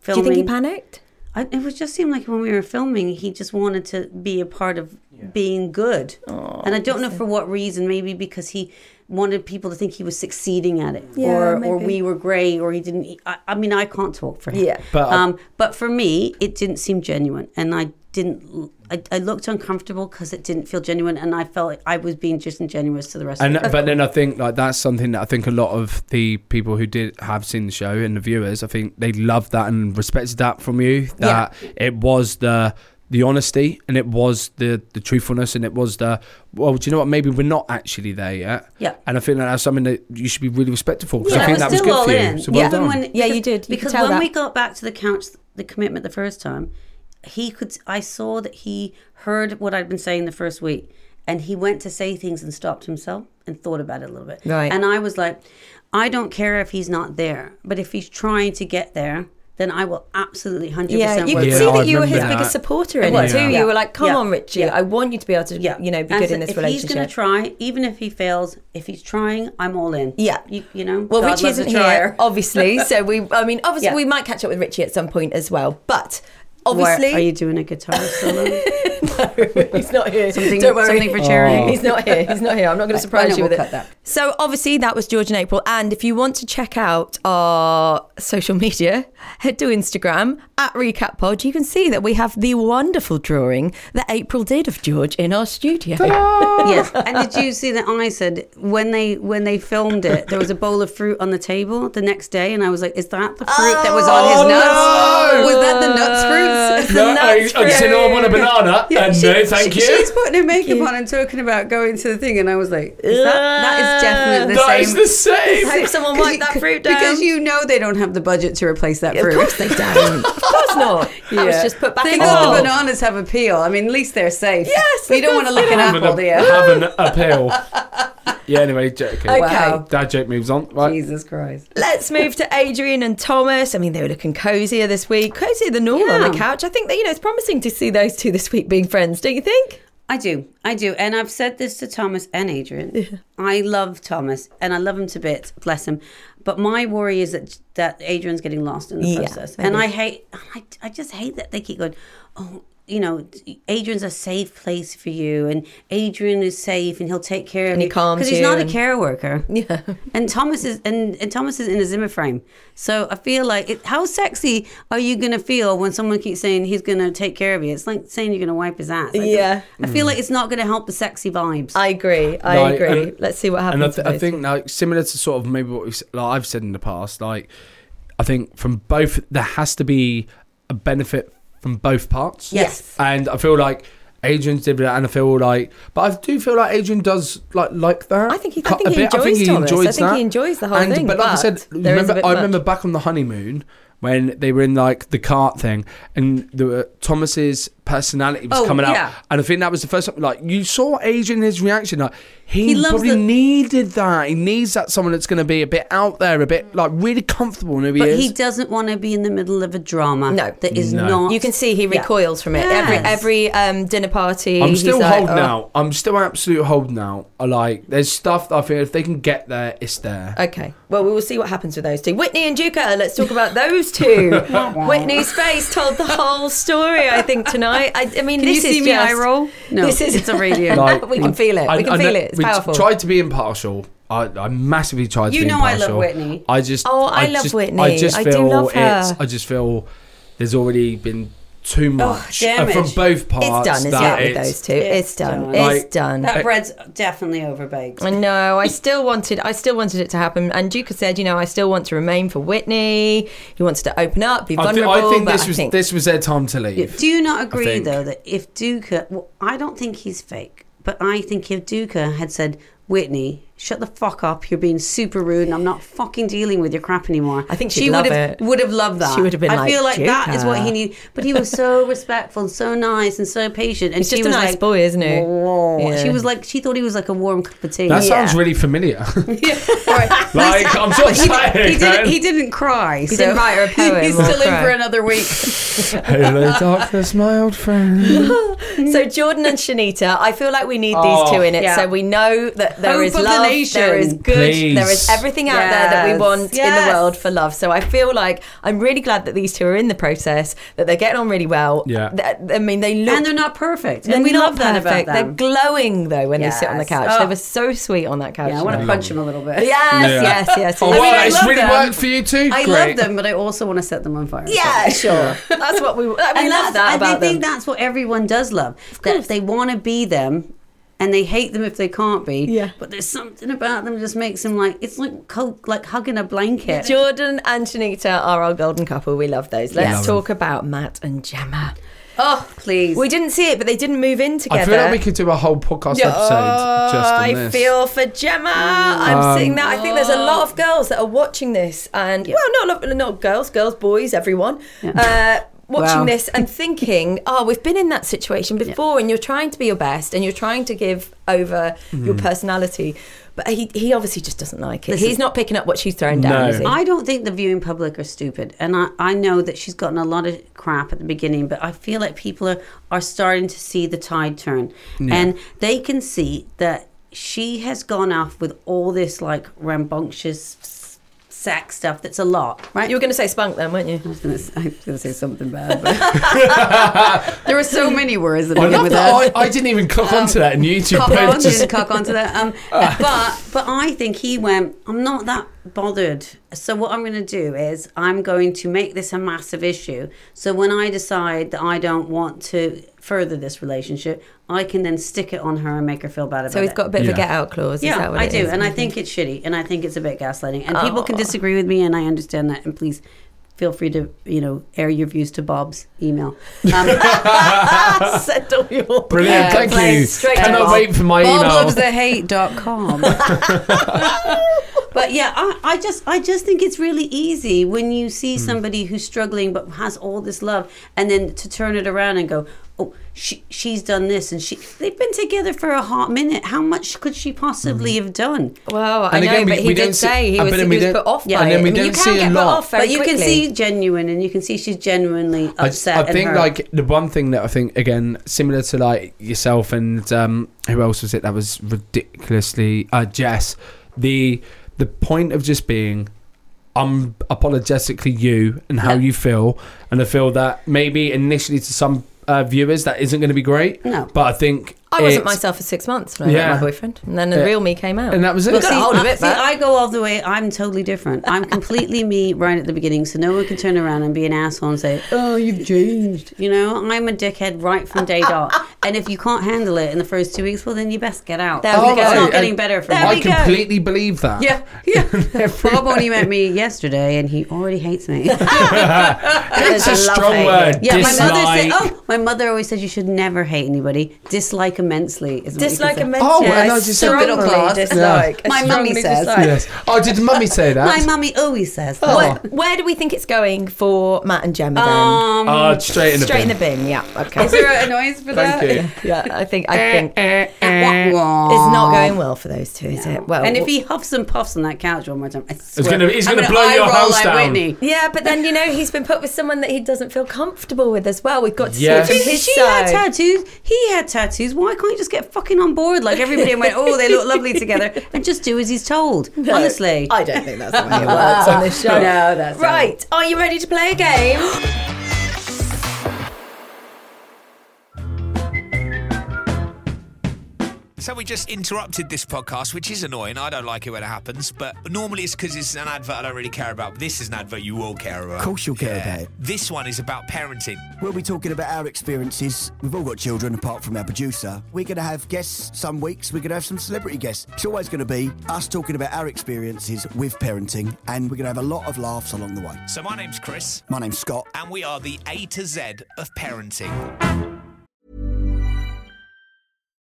Speaker 4: filming.
Speaker 1: think he panicked?
Speaker 4: I, it was just seemed like when we were filming, he just wanted to be a part of being good, and I don't know for what reason. Maybe because he wanted people to think he was succeeding at it,
Speaker 1: Yeah,
Speaker 4: or or
Speaker 1: maybe.
Speaker 4: we were great, or he didn't. I, I mean, I can't talk for him.
Speaker 1: Yeah.
Speaker 2: But I-
Speaker 4: um, but for me, it didn't seem genuine, and I didn't. I, I looked uncomfortable because it didn't feel genuine, and I felt I was being disingenuous to the rest
Speaker 2: And
Speaker 4: of
Speaker 2: but then I think like that's something that I think a lot of the people who did have seen the show and the viewers, I think they loved that and respected that from you. That it was the the honesty and it was the the truthfulness and it was the well, do you know what? Maybe we're not actually there yet.
Speaker 4: Yeah.
Speaker 2: And I think that that's something that you should be really respectful for. 'cause
Speaker 4: Yeah,
Speaker 2: I
Speaker 4: I
Speaker 2: think
Speaker 4: was
Speaker 2: that was
Speaker 4: still
Speaker 2: good
Speaker 4: all
Speaker 2: for you.
Speaker 4: in.
Speaker 2: So well
Speaker 1: Yeah.
Speaker 2: done.
Speaker 4: Even when,
Speaker 1: Yeah, you
Speaker 4: because-
Speaker 1: did. You could
Speaker 4: because
Speaker 1: tell
Speaker 4: when
Speaker 1: that.
Speaker 4: we got back to the couch, the commitment the first time, he could. I saw that he heard what I'd been saying the first week, and he went to say things and stopped himself and thought about it a little bit.
Speaker 1: Right.
Speaker 4: And I was like, I don't care if he's not there, but if he's trying to get there, then I will absolutely hundred
Speaker 1: Yeah,
Speaker 4: percent.
Speaker 1: you
Speaker 4: work
Speaker 1: could
Speaker 4: with
Speaker 1: see
Speaker 4: him.
Speaker 2: I
Speaker 1: that you were his
Speaker 2: remember
Speaker 1: biggest
Speaker 2: that.
Speaker 1: supporter in
Speaker 4: Yeah.
Speaker 1: it too.
Speaker 4: Yeah.
Speaker 1: You were like, "Come
Speaker 4: Yeah.
Speaker 1: on, Richie,
Speaker 4: Yeah.
Speaker 1: I want you to be able to,
Speaker 4: Yeah.
Speaker 1: you know, be
Speaker 4: And
Speaker 1: good
Speaker 4: so
Speaker 1: in this
Speaker 4: if
Speaker 1: relationship."
Speaker 4: he's going to try, even if he fails, if he's trying, I'm all in.
Speaker 1: Yeah.
Speaker 4: You, you know?
Speaker 1: Well,
Speaker 4: God
Speaker 1: Richie
Speaker 4: loves a
Speaker 1: isn't here,
Speaker 4: trier. <laughs>
Speaker 1: obviously. So we, I mean, obviously,
Speaker 4: Yeah.
Speaker 1: we might catch up with Richie at some point as well. But
Speaker 4: Where-
Speaker 1: obviously,
Speaker 4: are you doing a guitar solo?
Speaker 1: he's not here.
Speaker 4: Something-
Speaker 1: Don't worry.
Speaker 4: something for charity. Oh.
Speaker 1: He's not here. He's not here. I'm not going to surprise
Speaker 4: no,
Speaker 1: you with
Speaker 4: we'll
Speaker 1: it.
Speaker 4: cut that.
Speaker 1: So obviously, that was George and April. And if you want to check out our social media, <laughs> head to Instagram at Recap Pod. You can see that we have the wonderful drawing that April did of George in our studio.
Speaker 4: yes. <laughs> And did you see that I said when they when they filmed it, there was a bowl of fruit on the table the next day, and I was like, "Is that the fruit that was
Speaker 1: Oh,
Speaker 4: on his nuts? Was that the nuts fruits?" <laughs>
Speaker 1: The nuts
Speaker 2: Oh, I, I said,
Speaker 1: fruit.
Speaker 2: "Oh, I want a banana. and
Speaker 4: she-
Speaker 2: no, thank
Speaker 4: she-
Speaker 2: you.
Speaker 4: She's putting her makeup on and talking about going to the thing, and I was like, is that, "That is definitely the
Speaker 2: That
Speaker 4: same."
Speaker 2: is the same.
Speaker 1: Hope someone
Speaker 4: 'Cause
Speaker 1: wiped
Speaker 4: you-
Speaker 1: that fruit down.
Speaker 4: because you know they don't have the budget to replace that
Speaker 1: Of
Speaker 4: fruit.
Speaker 1: course they don't. <laughs> of course not. That was just put back
Speaker 4: They
Speaker 1: in the
Speaker 4: know
Speaker 1: bowl.
Speaker 4: the bananas have a peel. I mean, at least they're safe.
Speaker 1: Yes,
Speaker 4: you
Speaker 1: of
Speaker 4: don't
Speaker 1: course
Speaker 4: want to look
Speaker 1: they
Speaker 4: an
Speaker 1: don't.
Speaker 2: Having
Speaker 4: apple, do
Speaker 2: a,
Speaker 4: you?
Speaker 2: having a pill. Yeah. Anyway, joking.
Speaker 4: Wow.
Speaker 2: Dad joke moves on. Right.
Speaker 4: <laughs> Jesus Christ.
Speaker 1: Let's move to Adrian and Thomas. I mean, they were looking cozier this week, cozier than normal on the
Speaker 4: Yeah.
Speaker 1: couch. I think that you know it's promising to see those two this week being friends, don't you think?
Speaker 4: I do. I do. And I've said this to Thomas and Adrian. I love Thomas and I love him to bits, bless him. But my worry is that that Adrian's getting lost in the
Speaker 1: Yeah,
Speaker 4: process.
Speaker 1: maybe.
Speaker 4: And I hate I, I just hate that they keep going, "Oh, you know, Adrian's a safe place for you and Adrian is safe and he'll take care of
Speaker 1: And he
Speaker 4: you
Speaker 1: calms
Speaker 4: he's
Speaker 1: you
Speaker 4: not
Speaker 1: and-
Speaker 4: a care worker.
Speaker 1: Yeah.
Speaker 4: And Thomas is and, and Thomas is in a Zimmer frame. So I feel like it, how sexy are you gonna feel when someone keeps saying he's gonna take care of you? It's like saying you're gonna wipe his ass. I don't-
Speaker 1: Yeah.
Speaker 4: I feel like it's not gonna help the sexy vibes.
Speaker 1: Hmm. I agree. I
Speaker 2: Like,
Speaker 1: agree.
Speaker 2: and-
Speaker 1: Let's see what happens.
Speaker 2: And I, th-
Speaker 1: with
Speaker 2: I
Speaker 1: those
Speaker 2: think like similar to sort of maybe what we've, s- like I've said in the past, like I think from both there has to be a benefit from both parts.
Speaker 4: Yes.
Speaker 2: And I feel like Adrian's did that, and I feel like, but I do feel like Adrian does like like that.
Speaker 1: I think he- I
Speaker 2: Cut
Speaker 1: think
Speaker 2: a
Speaker 1: he
Speaker 2: bit.
Speaker 1: enjoys Thomas. I think he enjoys the whole
Speaker 2: and,
Speaker 1: thing,
Speaker 2: But like I
Speaker 1: but
Speaker 2: said,
Speaker 1: there is a
Speaker 2: remember,
Speaker 1: bit
Speaker 2: I
Speaker 1: much.
Speaker 2: remember back on the honeymoon when they were in like the cart thing, and the were Thomas's personality was
Speaker 4: Oh,
Speaker 2: coming
Speaker 4: yeah.
Speaker 2: out, and I think that was the first time. Like you saw Adrian, his reaction, like he,
Speaker 4: He loves
Speaker 2: probably
Speaker 4: the-
Speaker 2: needed that. He needs that someone that's going to be a bit out there, a
Speaker 1: Mm.
Speaker 2: bit like really comfortable in who he
Speaker 4: But
Speaker 2: is.
Speaker 4: he doesn't want to be in the middle of a drama.
Speaker 1: No.
Speaker 4: that is
Speaker 2: No.
Speaker 4: not.
Speaker 1: You can see he
Speaker 4: Yeah.
Speaker 1: recoils from it.
Speaker 4: Yes.
Speaker 1: Every every um, dinner party,
Speaker 2: I'm
Speaker 1: he's
Speaker 2: still
Speaker 1: like,
Speaker 2: holding
Speaker 1: "Oh,
Speaker 2: out. I'm still absolute holding out. I like there's stuff that I feel if they can get there, it's there.
Speaker 1: Okay. Well, we will see what happens with those two. Whitney and Duca, let's talk about those two. Whitney's face told the whole story, I think, tonight. I, I mean,
Speaker 5: Can
Speaker 1: this
Speaker 5: you see
Speaker 1: is
Speaker 5: me
Speaker 1: just,
Speaker 5: eye roll?
Speaker 4: No,
Speaker 1: this is
Speaker 4: it's
Speaker 1: <laughs>
Speaker 4: a radio.
Speaker 2: Like,
Speaker 1: Oh, we can feel it.
Speaker 2: I-
Speaker 1: we can
Speaker 2: I
Speaker 1: feel
Speaker 2: know-
Speaker 1: it. It's
Speaker 2: we
Speaker 1: powerful.
Speaker 2: tried to be impartial. I, I massively tried to
Speaker 4: You
Speaker 2: be
Speaker 4: know I love
Speaker 2: impartial.
Speaker 4: Whitney.
Speaker 2: I just
Speaker 1: Oh, I love
Speaker 2: just-
Speaker 1: Whitney.
Speaker 2: I just
Speaker 1: I do
Speaker 2: feel
Speaker 1: love
Speaker 2: it's
Speaker 1: her.
Speaker 2: I just feel there's already been too much uh,
Speaker 4: damage.
Speaker 2: from both parts.
Speaker 1: Oh, it's done, isn't it,
Speaker 2: that
Speaker 1: with
Speaker 2: it's-
Speaker 1: those two? It's done.
Speaker 4: done.
Speaker 2: Like-
Speaker 1: it's done.
Speaker 4: that bread's definitely overbaked.
Speaker 1: I know. I still wanted. I still wanted it to happen. And Duca said, "You know, I still want to remain for Whitney. He wants to open up, be
Speaker 2: I, thi-
Speaker 1: vulnerable."
Speaker 2: I think
Speaker 1: but
Speaker 2: this
Speaker 1: I
Speaker 2: was
Speaker 1: think
Speaker 2: this was their time to leave.
Speaker 4: Do you not agree
Speaker 2: think.
Speaker 4: though that if Duca, well, I don't think he's fake, but I think if Duca had said, "Whitney, shut the fuck up, you're being super rude, and I'm not fucking dealing with your crap anymore,"
Speaker 1: I think she'd
Speaker 4: she
Speaker 1: love
Speaker 4: would have
Speaker 1: it.
Speaker 4: would have loved that.
Speaker 1: She would have been
Speaker 4: I
Speaker 1: like,
Speaker 4: feel like that is what
Speaker 1: "Duca."
Speaker 4: he needed. But he was so <laughs> respectful and so nice and so patient. And
Speaker 1: He's
Speaker 4: she
Speaker 1: just a
Speaker 4: was
Speaker 1: nice
Speaker 4: like,
Speaker 1: boy, isn't he?
Speaker 4: "Whoa."
Speaker 1: Yeah.
Speaker 4: She was like, she thought he was like a warm cup of tea.
Speaker 2: That sounds
Speaker 4: <laughs>
Speaker 2: really familiar. <laughs> like I'm just <laughs>
Speaker 4: he,
Speaker 2: saying.
Speaker 4: he didn't.
Speaker 2: man.
Speaker 4: He didn't cry. He
Speaker 1: didn't write
Speaker 4: <laughs>
Speaker 1: her a poem
Speaker 4: He's
Speaker 1: or
Speaker 4: still in
Speaker 1: cry.
Speaker 4: for
Speaker 1: <laughs>
Speaker 4: another week.
Speaker 2: Hello, darkness, my old friend.
Speaker 1: So Jordan and Shanita, I feel like we need these
Speaker 2: Oh,
Speaker 1: two in it,
Speaker 4: yeah.
Speaker 1: so we know that there
Speaker 4: Hope
Speaker 1: is
Speaker 4: of the
Speaker 1: love,
Speaker 4: nation.
Speaker 1: there is good,
Speaker 2: Please.
Speaker 1: there is everything out there that we
Speaker 4: Yes.
Speaker 1: want in
Speaker 4: Yes.
Speaker 1: the world for love. So I feel like I'm really glad that these two are in the process, that they're getting on really well.
Speaker 2: Yeah.
Speaker 1: Th- I mean, they look
Speaker 4: and they're not perfect.
Speaker 1: they're
Speaker 4: and we
Speaker 1: not
Speaker 4: love that about
Speaker 1: perfect.
Speaker 4: them.
Speaker 1: They're glowing though when they sit on the
Speaker 4: Yes.
Speaker 1: couch.
Speaker 4: Oh.
Speaker 1: They were so sweet on that couch.
Speaker 4: yeah, I want to punch him a little bit.
Speaker 1: yes,
Speaker 2: Yeah.
Speaker 1: yes, yes,
Speaker 2: Oh,
Speaker 1: yes.
Speaker 2: wow,
Speaker 4: mean, I
Speaker 2: it's
Speaker 4: love
Speaker 2: really
Speaker 4: them.
Speaker 2: worked for you too.
Speaker 4: I
Speaker 2: Great.
Speaker 4: love them, but I also want to set them on fire.
Speaker 1: Yeah, sure. That's what we. We love
Speaker 4: that's-
Speaker 1: that
Speaker 4: and
Speaker 1: about
Speaker 4: I think
Speaker 1: them.
Speaker 4: that's what everyone does love. That they want to be them, and they hate them if they can't be.
Speaker 1: Yeah.
Speaker 4: But there's something about them that just makes them like it's like co- like hugging a blanket.
Speaker 1: Jordan and Shanita are our golden couple. We love those. Let's
Speaker 2: Love 'em.
Speaker 1: talk about Matt and Gemma.
Speaker 4: Oh please,
Speaker 1: We didn't see it, but they didn't move in together.
Speaker 2: I feel like we could do a whole podcast episode just on
Speaker 1: I
Speaker 2: this.
Speaker 1: feel for Gemma.
Speaker 2: Mm.
Speaker 1: I'm seeing that. I think there's a lot of girls that are watching this, and well, not a lot- not girls, girls, boys, everyone. Uh, Watching
Speaker 4: Wow.
Speaker 1: this and
Speaker 2: <laughs>
Speaker 1: thinking, oh, we've been in that situation before, and you're trying to be your best, and you're trying to give over
Speaker 2: Mm-hmm.
Speaker 1: your personality, but he, he obviously just doesn't like it. He's not picking up what she's throwing down.
Speaker 2: No.
Speaker 1: Is he?
Speaker 4: I don't think the viewing public are stupid. And I, I know that she's gotten a lot of crap at the beginning, but I feel like people are, are starting to see the tide turn. And they can see that she has gone off with all this like rambunctious s- sex stuff that's a lot, right?
Speaker 1: you were going to say spunk then, weren't you?
Speaker 4: I was gonna s- I was going to say something bad. But <laughs> there were so many words that
Speaker 2: I
Speaker 4: went
Speaker 2: love
Speaker 4: with
Speaker 2: that. I, I didn't even click onto that and YouTube.
Speaker 4: cock
Speaker 2: page
Speaker 4: on,
Speaker 2: just-
Speaker 4: just cock onto that. Um, but but I think he went. I'm not that bothered. So what I'm going to do is I'm going to make this a massive issue. So when I decide that I don't want to further this relationship, I can then stick it on her and make her feel bad about it.
Speaker 1: So he's got a bit of
Speaker 2: Yeah.
Speaker 1: a get out clause. is
Speaker 4: Yeah,
Speaker 1: that what
Speaker 4: I
Speaker 1: it
Speaker 4: do,
Speaker 1: is? Mm-hmm. Oh.
Speaker 4: and I think it's shitty, and I think it's a bit gaslighting, and people can disagree with me, and I understand that, and please. Feel free to, you know, air your views to Bob's
Speaker 1: <laughs>
Speaker 4: email. Um,
Speaker 2: <laughs>
Speaker 1: Said all your-
Speaker 2: Brilliant,
Speaker 1: Yeah,
Speaker 2: thank
Speaker 1: play
Speaker 2: you.
Speaker 1: straight to
Speaker 2: Cannot
Speaker 1: Bob.
Speaker 2: wait for my email.
Speaker 4: boblovesthe.hate.com. but yeah, I, I just I just think it's really easy when you see
Speaker 2: Hmm.
Speaker 4: somebody who's struggling but has all this love, and then to turn it around and go, oh, she she's done this, and she they've been together for a hot minute. How much could she possibly
Speaker 2: Hmm.
Speaker 4: have done?
Speaker 1: Well, I
Speaker 2: And
Speaker 1: know,
Speaker 2: again, we-
Speaker 1: but he
Speaker 2: we
Speaker 1: did
Speaker 2: don't see-
Speaker 1: say he
Speaker 2: I
Speaker 1: was,
Speaker 2: bet
Speaker 1: he
Speaker 2: and we
Speaker 1: was
Speaker 2: don't-
Speaker 1: put off by
Speaker 2: and
Speaker 1: it.
Speaker 2: then we
Speaker 1: I mean, you
Speaker 2: don't
Speaker 1: can
Speaker 2: see a
Speaker 1: get put
Speaker 2: lot.
Speaker 1: off very
Speaker 4: but you can
Speaker 1: quickly.
Speaker 4: see genuine, and you can see she's genuinely
Speaker 2: I,
Speaker 4: upset.
Speaker 2: I
Speaker 4: and
Speaker 2: think
Speaker 4: hurt.
Speaker 2: like the one thing that I think again similar to like yourself and um, who else was it that was ridiculously uh, Jess the the point of just being I'm apologetically you and how you feel and I feel that maybe initially to some uh, viewers that isn't going to be great
Speaker 4: No.
Speaker 2: but I think
Speaker 1: I wasn't
Speaker 2: It's-
Speaker 1: myself for six months when I
Speaker 2: Yeah.
Speaker 1: met my boyfriend, and then the real me came out.
Speaker 2: And that was it.
Speaker 1: We got
Speaker 2: See,
Speaker 1: a hold of
Speaker 4: I-
Speaker 1: it,
Speaker 4: see,
Speaker 1: but
Speaker 4: I go all the way. I'm totally different. I'm completely me right at the beginning, so no one can turn around and be an asshole and say, "Oh, you've changed." You know, I'm a dickhead right from
Speaker 1: <laughs>
Speaker 4: day dot. And if you can't handle it in the first two weeks, well, then you best get out.
Speaker 1: There we
Speaker 4: It's
Speaker 1: go.
Speaker 4: not
Speaker 1: I-
Speaker 4: getting better for
Speaker 1: There
Speaker 4: you.
Speaker 1: we
Speaker 2: Oh, I
Speaker 1: go.
Speaker 2: completely believe that.
Speaker 4: Yeah,
Speaker 2: <laughs>
Speaker 4: yeah. Bob only met me yesterday, and he already
Speaker 1: <laughs>
Speaker 4: hates me.
Speaker 1: there's
Speaker 2: It's a
Speaker 1: love
Speaker 2: strong
Speaker 1: hate.
Speaker 2: word.
Speaker 4: Yeah, my mother said.
Speaker 2: Dislike.
Speaker 4: Oh, my mother always says you should never hate anybody. Dislike immensely. Is what you can
Speaker 1: Dislike
Speaker 4: say.
Speaker 1: and mention.
Speaker 2: Oh, and I just said-
Speaker 1: strongly
Speaker 4: Middle class.
Speaker 1: dislike.
Speaker 4: Yeah.
Speaker 1: I
Speaker 4: My mummy
Speaker 1: strongly
Speaker 4: says.
Speaker 1: dislike.
Speaker 2: <laughs> Yes. Oh, did mummy say that?
Speaker 4: My mummy always says that.
Speaker 1: What- where do we think it's going for Matt and Gemma? Then?
Speaker 4: Um,
Speaker 2: Oh, straight in the
Speaker 1: Straight
Speaker 2: bin.
Speaker 1: in the bin. Yeah. Okay.
Speaker 4: is there a noise for that?
Speaker 2: Thank you.
Speaker 1: yeah, I think I
Speaker 2: <laughs>
Speaker 1: think it's
Speaker 4: <laughs> Wah, wah.
Speaker 1: not going well for those two, is it? Well,
Speaker 4: And if
Speaker 1: w-
Speaker 4: he huffs and puffs on that couch one more time, I swear,
Speaker 2: gonna- he's
Speaker 4: I'm
Speaker 2: gonna
Speaker 4: gonna
Speaker 2: blow your
Speaker 4: eye roll
Speaker 2: house
Speaker 4: like
Speaker 2: down.
Speaker 4: Whitney.
Speaker 1: yeah, but then you know he's been put with someone that he doesn't feel comfortable with as well. We've got to
Speaker 2: Yes.
Speaker 1: see it
Speaker 4: She,
Speaker 1: from his
Speaker 4: she had
Speaker 1: side.
Speaker 4: tattoos. He had tattoos. Why can't you just get fucking on board like everybody and went, oh, they look lovely
Speaker 1: <laughs>
Speaker 4: together, and just do as he's told? Honestly,
Speaker 1: I don't think that's the <laughs> way it works on this show.
Speaker 4: No, that's not.
Speaker 1: right. Are you ready to play a game?
Speaker 5: So we just interrupted this podcast, which is annoying. I don't like it when it happens, but normally it's because it's an advert I don't really care about. This is an advert you will care about. Of
Speaker 6: course you'll care about it.
Speaker 5: This one is about parenting.
Speaker 6: We'll be talking about our experiences. We've all got children, apart from our producer. We're going to have guests some weeks. We're going to have some celebrity guests. It's always going to be us talking about our experiences with parenting, and we're going to have a lot of laughs along the way.
Speaker 5: So my name's Chris,
Speaker 6: My name's Scott.
Speaker 5: and we are the A to Z of parenting.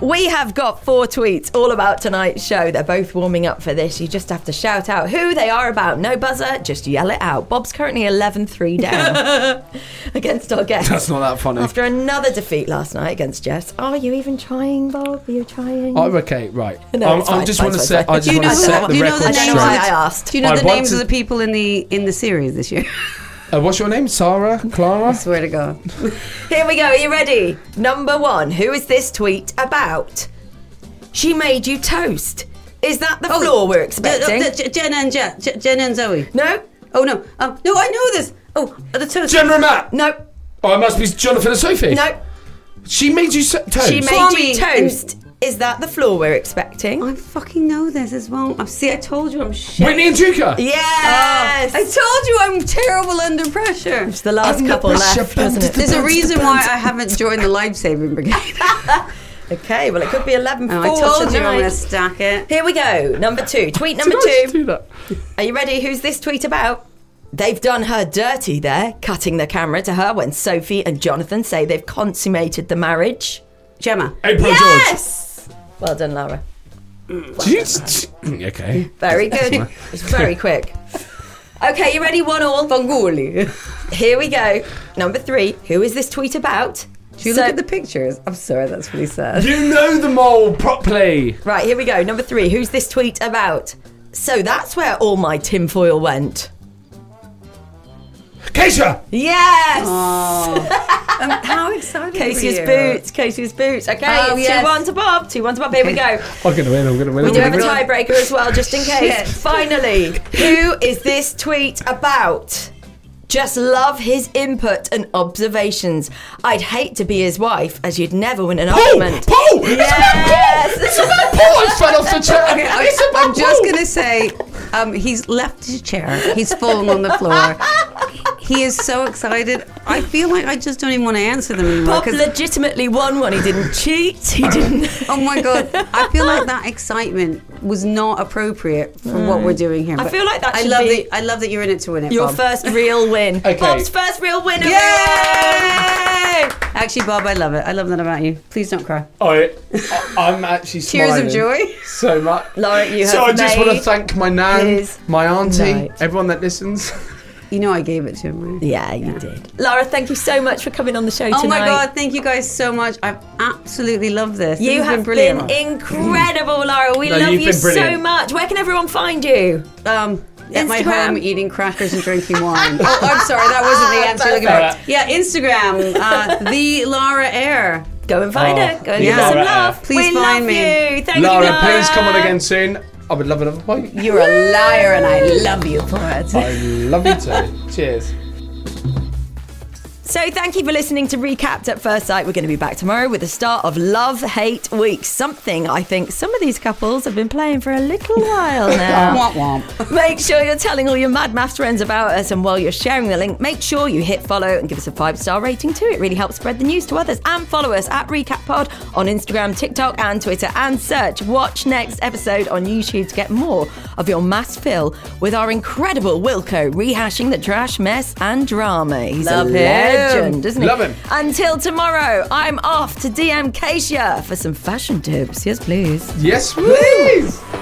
Speaker 1: We have got four tweets all about tonight's show. They're both warming up for this. You just have to shout out who they are about. No buzzer, just yell it out. Bob's currently 11 3 down <laughs> against our guest.
Speaker 2: That's not that funny.
Speaker 1: After another defeat last night against Jess. Are you even trying, Bob? Are you trying?
Speaker 2: Oh, okay, right.
Speaker 1: <laughs> No,
Speaker 2: I'm-
Speaker 1: it's
Speaker 2: I
Speaker 1: fine,
Speaker 2: just
Speaker 1: fine,
Speaker 2: want to
Speaker 1: fine,
Speaker 2: set.
Speaker 1: fine.
Speaker 2: I just
Speaker 1: You
Speaker 2: want to
Speaker 1: know
Speaker 2: set
Speaker 1: the-
Speaker 2: the
Speaker 1: you know
Speaker 2: record
Speaker 1: the names
Speaker 2: straight.
Speaker 1: of the- I asked.
Speaker 4: Do you know
Speaker 2: I
Speaker 4: the
Speaker 2: want
Speaker 4: names
Speaker 2: to-
Speaker 4: of the people in the in the series this
Speaker 1: <laughs>
Speaker 4: year?
Speaker 2: Uh, what's your name? Sarah, Clara.
Speaker 4: I swear to <laughs> God.
Speaker 1: Here we go. Are you ready? Number one. Who is this tweet about? She made you toast. Is that Oh, the
Speaker 4: Oh.
Speaker 1: floor we're expecting?
Speaker 4: Uh, uh, J- Jenna and Je- J- Jenna and Zoe.
Speaker 1: no,
Speaker 4: Oh no. Um, no, I know this. Oh, the toast.
Speaker 2: Gemma and Matt.
Speaker 1: no,
Speaker 2: Oh, it must be Jonathan and Sophie.
Speaker 1: no.
Speaker 2: She made you so- toast.
Speaker 1: She made
Speaker 4: Swami
Speaker 1: you toast. Is that the floor we're expecting?
Speaker 4: I fucking know this as well. I see. I told you I'm shit.
Speaker 2: Whitney and Duca.
Speaker 1: Yes.
Speaker 4: I told you I'm terrible under pressure.
Speaker 1: It's Oh, the last couple left, isn't it?
Speaker 4: There's a reason why I haven't joined the lifesaving brigade. <laughs>
Speaker 1: Okay, well it could be eleven
Speaker 4: Oh,
Speaker 1: four
Speaker 4: I told you I'm
Speaker 1: tonight.
Speaker 4: gonna stack it.
Speaker 1: Here we go. Number two. Tweet number
Speaker 2: Did I just
Speaker 1: two.
Speaker 2: do that?
Speaker 1: Are you ready? Who's this tweet about? They've done her dirty there, cutting the camera to her when Sophie and Jonathan say they've consummated the marriage.
Speaker 4: Gemma.
Speaker 2: April
Speaker 1: Yes! Well done, Lara.
Speaker 2: George. Did you just- okay.
Speaker 1: Very good. It's very quick. Okay, you ready? One all.
Speaker 4: Bongoli.
Speaker 1: Here we go. Number three. Who is this tweet about?
Speaker 4: Do you
Speaker 1: So-
Speaker 4: look at the pictures? I'm sorry, that's really sad.
Speaker 2: You know the mole properly.
Speaker 1: Right, here we go. Number three. Who's this tweet about? So that's where all my tinfoil went.
Speaker 2: Keisha.
Speaker 1: Yes!
Speaker 4: How excited
Speaker 1: Casey's boots. Casey's boots. Okay,
Speaker 4: Oh,
Speaker 1: it's
Speaker 4: yes.
Speaker 1: 2 1 to Bob. 2 1 to Bob. Here we go.
Speaker 2: I'm gonna win. I'm gonna win.
Speaker 1: We
Speaker 2: I'm
Speaker 1: do
Speaker 2: gonna
Speaker 1: have a
Speaker 2: win.
Speaker 1: tiebreaker as well, just in
Speaker 4: <laughs> Shit.
Speaker 1: case. Finally, who is this tweet about? Just love his input and observations. I'd hate to be his wife, as you'd never win an
Speaker 2: Paul.
Speaker 1: argument.
Speaker 2: Paul. It's about Paul.
Speaker 1: Yes. <laughs>
Speaker 2: It's about Paul. I fell off the chair.
Speaker 4: Okay, I,
Speaker 2: it's about
Speaker 4: I'm just
Speaker 2: Paul.
Speaker 4: gonna say Um, he's left his chair. He's fallen on the
Speaker 1: <laughs>
Speaker 4: floor. He is so excited. I feel like I just don't even want to answer them anymore.
Speaker 1: Bob
Speaker 4: 'cause-
Speaker 1: legitimately won one. He didn't cheat. He didn't.
Speaker 4: <laughs> oh my god, I feel like that excitement was not appropriate for what we're doing here.
Speaker 1: Mm. I
Speaker 4: but
Speaker 1: feel like that
Speaker 4: I
Speaker 1: should
Speaker 4: love
Speaker 1: be-
Speaker 4: that. I love that you're in it to win
Speaker 1: <laughs>
Speaker 4: it.
Speaker 1: Your
Speaker 4: Bob.
Speaker 1: first real win.
Speaker 2: Okay.
Speaker 1: Bob's first real win. Of
Speaker 4: Yay! Actually, Bob, I love it. I love that about you. Please don't cry.
Speaker 2: I, I'm actually
Speaker 4: Tears
Speaker 2: smiling
Speaker 4: of joy.
Speaker 2: so much.
Speaker 1: Laura, you
Speaker 2: so I
Speaker 1: have
Speaker 2: just want to
Speaker 1: made
Speaker 2: thank my nan,
Speaker 1: his
Speaker 2: my auntie,
Speaker 1: night.
Speaker 2: everyone that listens.
Speaker 4: You know I gave it to him. Right?
Speaker 1: Yeah, you did. Laura, thank you so much for coming on the show
Speaker 4: Oh
Speaker 1: tonight.
Speaker 4: my god, thank you guys so much. I've absolutely loved this.
Speaker 1: You
Speaker 4: this has
Speaker 1: have
Speaker 4: been brilliant.
Speaker 1: been incredible, Laura. We
Speaker 2: No,
Speaker 1: love
Speaker 2: you've
Speaker 1: you
Speaker 2: been
Speaker 1: so
Speaker 2: brilliant.
Speaker 1: much. Where can everyone find you?
Speaker 4: um, at my
Speaker 1: Instagram.
Speaker 4: home eating crackers
Speaker 1: <laughs>
Speaker 4: and drinking wine. oh, I'm sorry, that wasn't
Speaker 1: Ah,
Speaker 4: the answer you're looking for. Yeah, Instagram, uh, the Laura Air.
Speaker 1: Go and find
Speaker 2: Oh,
Speaker 1: her. Go and
Speaker 2: yeah.
Speaker 1: give her some
Speaker 2: Laura,
Speaker 1: love.
Speaker 4: please
Speaker 1: we
Speaker 4: find
Speaker 1: love
Speaker 4: me.
Speaker 1: you. Thank you,
Speaker 2: Lara,
Speaker 1: Laura.
Speaker 2: please come on again soon. I would love another bite.
Speaker 4: You're a liar, and I love you for it.
Speaker 2: I love you too. Cheers.
Speaker 1: So, thank you for listening to Recapped at First Sight. We're going to be back tomorrow with the start of Love Hate Week. Something I think some of these couples have been playing for a little
Speaker 2: <laughs>
Speaker 1: while now.
Speaker 4: Womp womp.
Speaker 1: <laughs> Make sure you're telling all your mad math friends about us, and while you're sharing the link, make sure you hit follow and give us a five star rating too. It really helps spread the news to others. And follow us at Recap Pod on Instagram, TikTok, and Twitter, and search Watch Next Episode on YouTube to get more of your mass fill with our incredible Wilco rehashing the trash mess and drama. He's
Speaker 4: Love
Speaker 1: a
Speaker 4: him.
Speaker 1: legend, isn't he?
Speaker 2: Love him.
Speaker 1: Until tomorrow, I'm off to DM Kasia for some fashion tips. Yes, please.
Speaker 2: Yes, please.